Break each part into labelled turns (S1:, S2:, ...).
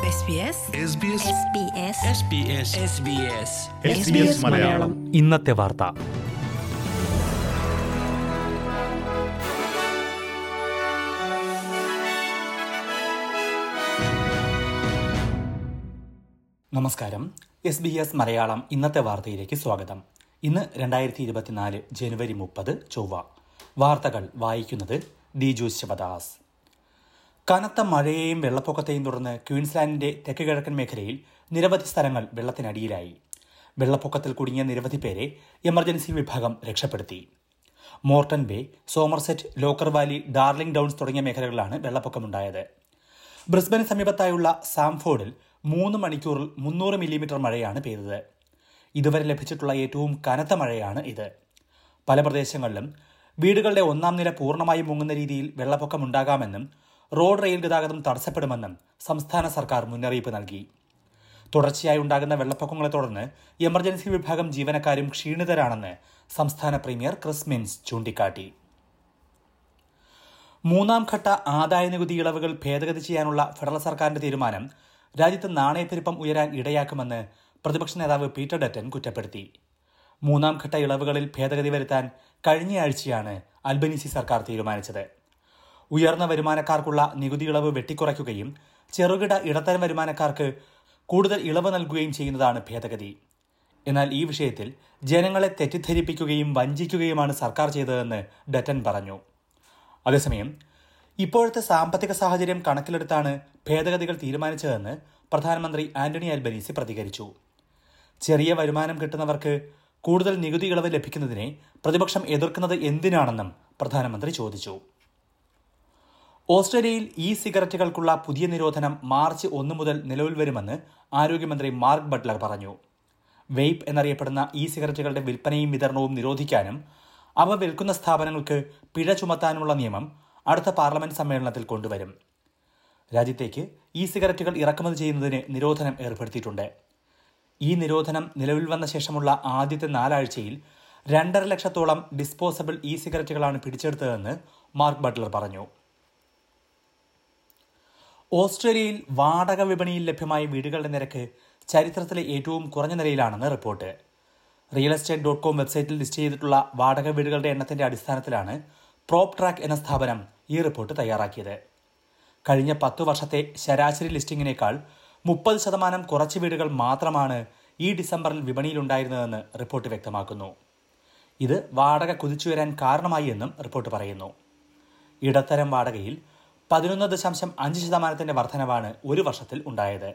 S1: SBS
S2: SBS
S1: SBS
S3: SBS SBS
S4: SBS Malayalam
S5: ഇന്നത്തെ വാർത്ത
S3: നമസ്കാരം എസ് ബി എസ് മലയാളം ഇന്നത്തെ വാർത്തയിലേക്ക് സ്വാഗതം ഇന്ന് രണ്ടായിരത്തി ഇരുപത്തിനാല് ജനുവരി മുപ്പത് ചൊവ്വ വാർത്തകൾ വായിക്കുന്നത് ദിജു ശിവദാസ് കനത്ത മഴയെയും വെള്ളപ്പൊക്കത്തെയും തുടർന്ന് ക്വീൻസ്ലാൻഡിന്റെ തെക്ക് കിഴക്കൻ മേഖലയിൽ നിരവധി സ്ഥലങ്ങൾ വെള്ളത്തിനടിയിലായി വെള്ളപ്പൊക്കത്തിൽ കുടുങ്ങിയ നിരവധി പേരെ എമർജൻസി വിഭാഗം രക്ഷപ്പെടുത്തി Moreton Bay Somerset Lockyer Valley Darling Downs തുടങ്ങിയ മേഖലകളിലാണ് വെള്ളപ്പൊക്കമുണ്ടായത് ബ്രിസ്ബന് സമീപത്തായുള്ള സാംഫോർഡിൽ മൂന്ന് മണിക്കൂറിൽ മുന്നൂറ് മില്ലിമീറ്റർ മഴയാണ് പെയ്തത് ഇതുവരെ ലഭിച്ചിട്ടുള്ള ഏറ്റവും കനത്ത മഴയാണ് ഇത് പല പ്രദേശങ്ങളിലും വീടുകളുടെ ഒന്നാം നില പൂർണ്ണമായും മുങ്ങുന്ന രീതിയിൽ വെള്ളപ്പൊക്കമുണ്ടാകാമെന്നും റോഡ് റെയിൽ ഗതാഗതം തടസ്സപ്പെടുമെന്നും സംസ്ഥാന സർക്കാർ മുന്നറിയിപ്പ് നൽകി തുടർച്ചയായി ഉണ്ടാകുന്ന വെള്ളപ്പൊക്കങ്ങളെ തുടർന്ന് എമർജൻസി വിഭാഗം ജീവനക്കാരും ക്ഷീണിതരാണെന്ന് സംസ്ഥാന പ്രീമിയർ ക്രിസ് മിൻസ് ചൂണ്ടിക്കാട്ടി മൂന്നാം ഘട്ട ആദായ നികുതി ഇളവുകൾ ഭേദഗതി ചെയ്യാനുള്ള ഫെഡറൽ സർക്കാരിന്റെ തീരുമാനം രാജ്യത്ത് നാണയപ്പെരുപ്പം ഉയരാൻ ഇടയാക്കുമെന്ന് പ്രതിപക്ഷ നേതാവ് പീറ്റർ ഡറ്റൻ കുറ്റപ്പെടുത്തി മൂന്നാം ഘട്ട ഇളവുകളിൽ ഭേദഗതി വരുത്താൻ കഴിഞ്ഞയാഴ്ചയാണ് അൽബനീസി സർക്കാർ തീരുമാനിച്ചത് ഉയർന്ന വരുമാനക്കാർക്കുള്ള നികുതി ഇളവ് വെട്ടിക്കുറയ്ക്കുകയും ചെറുകിട ഇടത്തരം വരുമാനക്കാർക്ക് കൂടുതൽ ഇളവ് നൽകുകയും ചെയ്യുന്നതാണ് ഭേദഗതി എന്നാൽ ഈ വിഷയത്തിൽ ജനങ്ങളെ തെറ്റിദ്ധരിപ്പിക്കുകയും വഞ്ചിക്കുകയുമാണ് സർക്കാർ ചെയ്തതെന്ന് ഡറ്റൻ പറഞ്ഞു അതേസമയം ഇപ്പോഴത്തെ സാമ്പത്തിക സാഹചര്യം കണക്കിലെടുത്താണ് ഭേദഗതികൾ തീരുമാനിച്ചതെന്ന് പ്രധാനമന്ത്രി ആന്റണി അൽബനീസി പ്രതികരിച്ചു ചെറിയ വരുമാനം കിട്ടുന്നവർക്ക് കൂടുതൽ നികുതി ഇളവ് ലഭിക്കുന്നതിനെ പ്രതിപക്ഷം എതിർക്കുന്നത് എന്തിനാണെന്നും പ്രധാനമന്ത്രി ചോദിച്ചു ഓസ്ട്രേലിയയിൽ ഇ സിഗരറ്റുകൾക്കുള്ള പുതിയ നിരോധനം മാർച്ച് ഒന്ന് മുതൽ നിലവിൽ വരുമെന്ന് ആരോഗ്യമന്ത്രി മാർക്ക് ബട്ട്ലർ പറഞ്ഞു വെയ്പ് എന്നറിയപ്പെടുന്ന ഇ സിഗരറ്റുകളുടെ വിൽപ്പനയും വിതരണവും നിരോധിക്കാനും അവ വിൽക്കുന്ന സ്ഥാപനങ്ങൾക്ക് പിഴ ചുമത്താനുമുള്ള നിയമം അടുത്ത പാർലമെന്റ് സമ്മേളനത്തിൽ കൊണ്ടുവരും രാജ്യത്തേക്ക് ഇ സിഗരറ്റുകൾ ഇറക്കുമതി ചെയ്യുന്നതിന് നിരോധനം ഏർപ്പെടുത്തിയിട്ടുണ്ട് ഈ നിരോധനം നിലവിൽ വന്ന ശേഷമുള്ള ആദ്യത്തെ നാലാഴ്ചയിൽ രണ്ടര ലക്ഷത്തോളം ഡിസ്പോസബിൾ ഇ സിഗരറ്റുകളാണ് പിടിച്ചെടുത്തതെന്ന് മാർക്ക് ബട്ട്ലർ പറഞ്ഞു ഓസ്ട്രേലിയയിൽ വാടക വിപണിയിൽ ലഭ്യമായ വീടുകളുടെ നിരക്ക് ചരിത്രത്തിലെ ഏറ്റവും കുറഞ്ഞ നിലയിലാണെന്ന് report real estate dot com വെബ്സൈറ്റിൽ ലിസ്റ്റ് ചെയ്തിട്ടുള്ള വാടക വീടുകളുടെ എണ്ണത്തിന്റെ അടിസ്ഥാനത്തിലാണ് പ്രോപ് ട്രാക്ക് എന്ന സ്ഥാപനം ഈ റിപ്പോർട്ട് തയ്യാറാക്കിയത് കഴിഞ്ഞ പത്തു വർഷത്തെ ശരാശരി ലിസ്റ്റിംഗിനേക്കാൾ മുപ്പത് ശതമാനം കുറച്ച് വീടുകൾ മാത്രമാണ് ഈ ഡിസംബറിൽ വിപണിയിലുണ്ടായിരുന്നതെന്ന് റിപ്പോർട്ട് വ്യക്തമാക്കുന്നു ഇത് വാടക കുതിച്ചുയരാൻ കാരണമായി എന്നും റിപ്പോർട്ട് പറയുന്നു ഇടത്തരം വാടകയിൽ പതിനൊന്ന് ദശാംശം അഞ്ച് ശതമാനത്തിന്റെ വർധനവാണ് ഒരു വർഷത്തിൽ ഉണ്ടായത്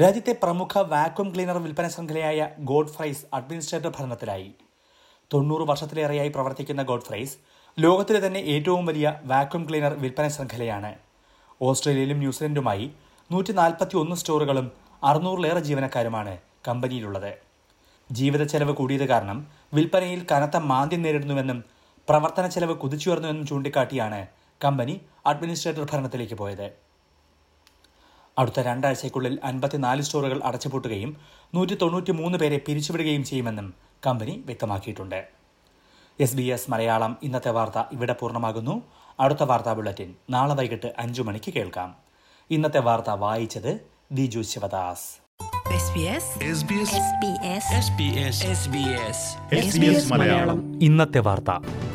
S3: രാജ്യത്തെ പ്രമുഖ വാക്വം ക്ലീനർ വിൽപ്പന ശൃംഖലയായ ഗോഡ്ഫ്രൈസ് അഡ്മിനിസ്ട്രേറ്റർ ഭരണത്തിലായി തൊണ്ണൂറ് വർഷത്തിലേറെയായി പ്രവർത്തിക്കുന്ന ഗോഡ്ഫ്രൈസ് ലോകത്തിലെ തന്നെ ഏറ്റവും വലിയ വാക്വം ക്ലീനർ വിൽപ്പന ശൃംഖലയാണ് ഓസ്ട്രേലിയയിലും ന്യൂസിലൻഡുമായി നൂറ്റി നാൽപ്പത്തി ഒന്ന് സ്റ്റോറുകളും അറുന്നൂറിലേറെ ജീവനക്കാരുമാണ് കമ്പനിയിലുള്ളത് ജീവിത ചെലവ് കൂടിയത് കാരണം വിൽപ്പനയിൽ കനത്ത മാന്ദ്യം നേരിടുന്നുവെന്നും പ്രവർത്തന ചെലവ് കുതിച്ചുയർന്നുവെന്നും ചൂണ്ടിക്കാട്ടിയാണ് കമ്പനി അഡ്മിനിസ്ട്രേറ്റർ ഭരണത്തിലേക്ക് പോയത് അടുത്ത രണ്ടാഴ്ചയ്ക്കുള്ളിൽ അൻപത്തിനാല് സ്റ്റോറുകൾ അടച്ചുപൂട്ടുകയും നൂറ്റി തൊണ്ണൂറ്റി മൂന്ന് പേരെ പിരിച്ചുവിടുകയും ചെയ്യുമെന്നും കമ്പനി വ്യക്തമാക്കിയിട്ടുണ്ട് എസ് ബി എസ് മലയാളം ഇന്നത്തെ വാർത്ത ഇവിടെ പൂർണ്ണമാകുന്നു അടുത്ത വാർത്താ ബുള്ളറ്റിൻ നാളെ വൈകിട്ട് അഞ്ചു മണിക്ക് കേൾക്കാം ഇന്നത്തെ വാർത്ത വായിച്ചത് Diju Sivadas
S1: SBS
S2: SBS
S1: SBS
S4: SBS Malayalam
S5: ഇന്നത്തെ വാർത്ത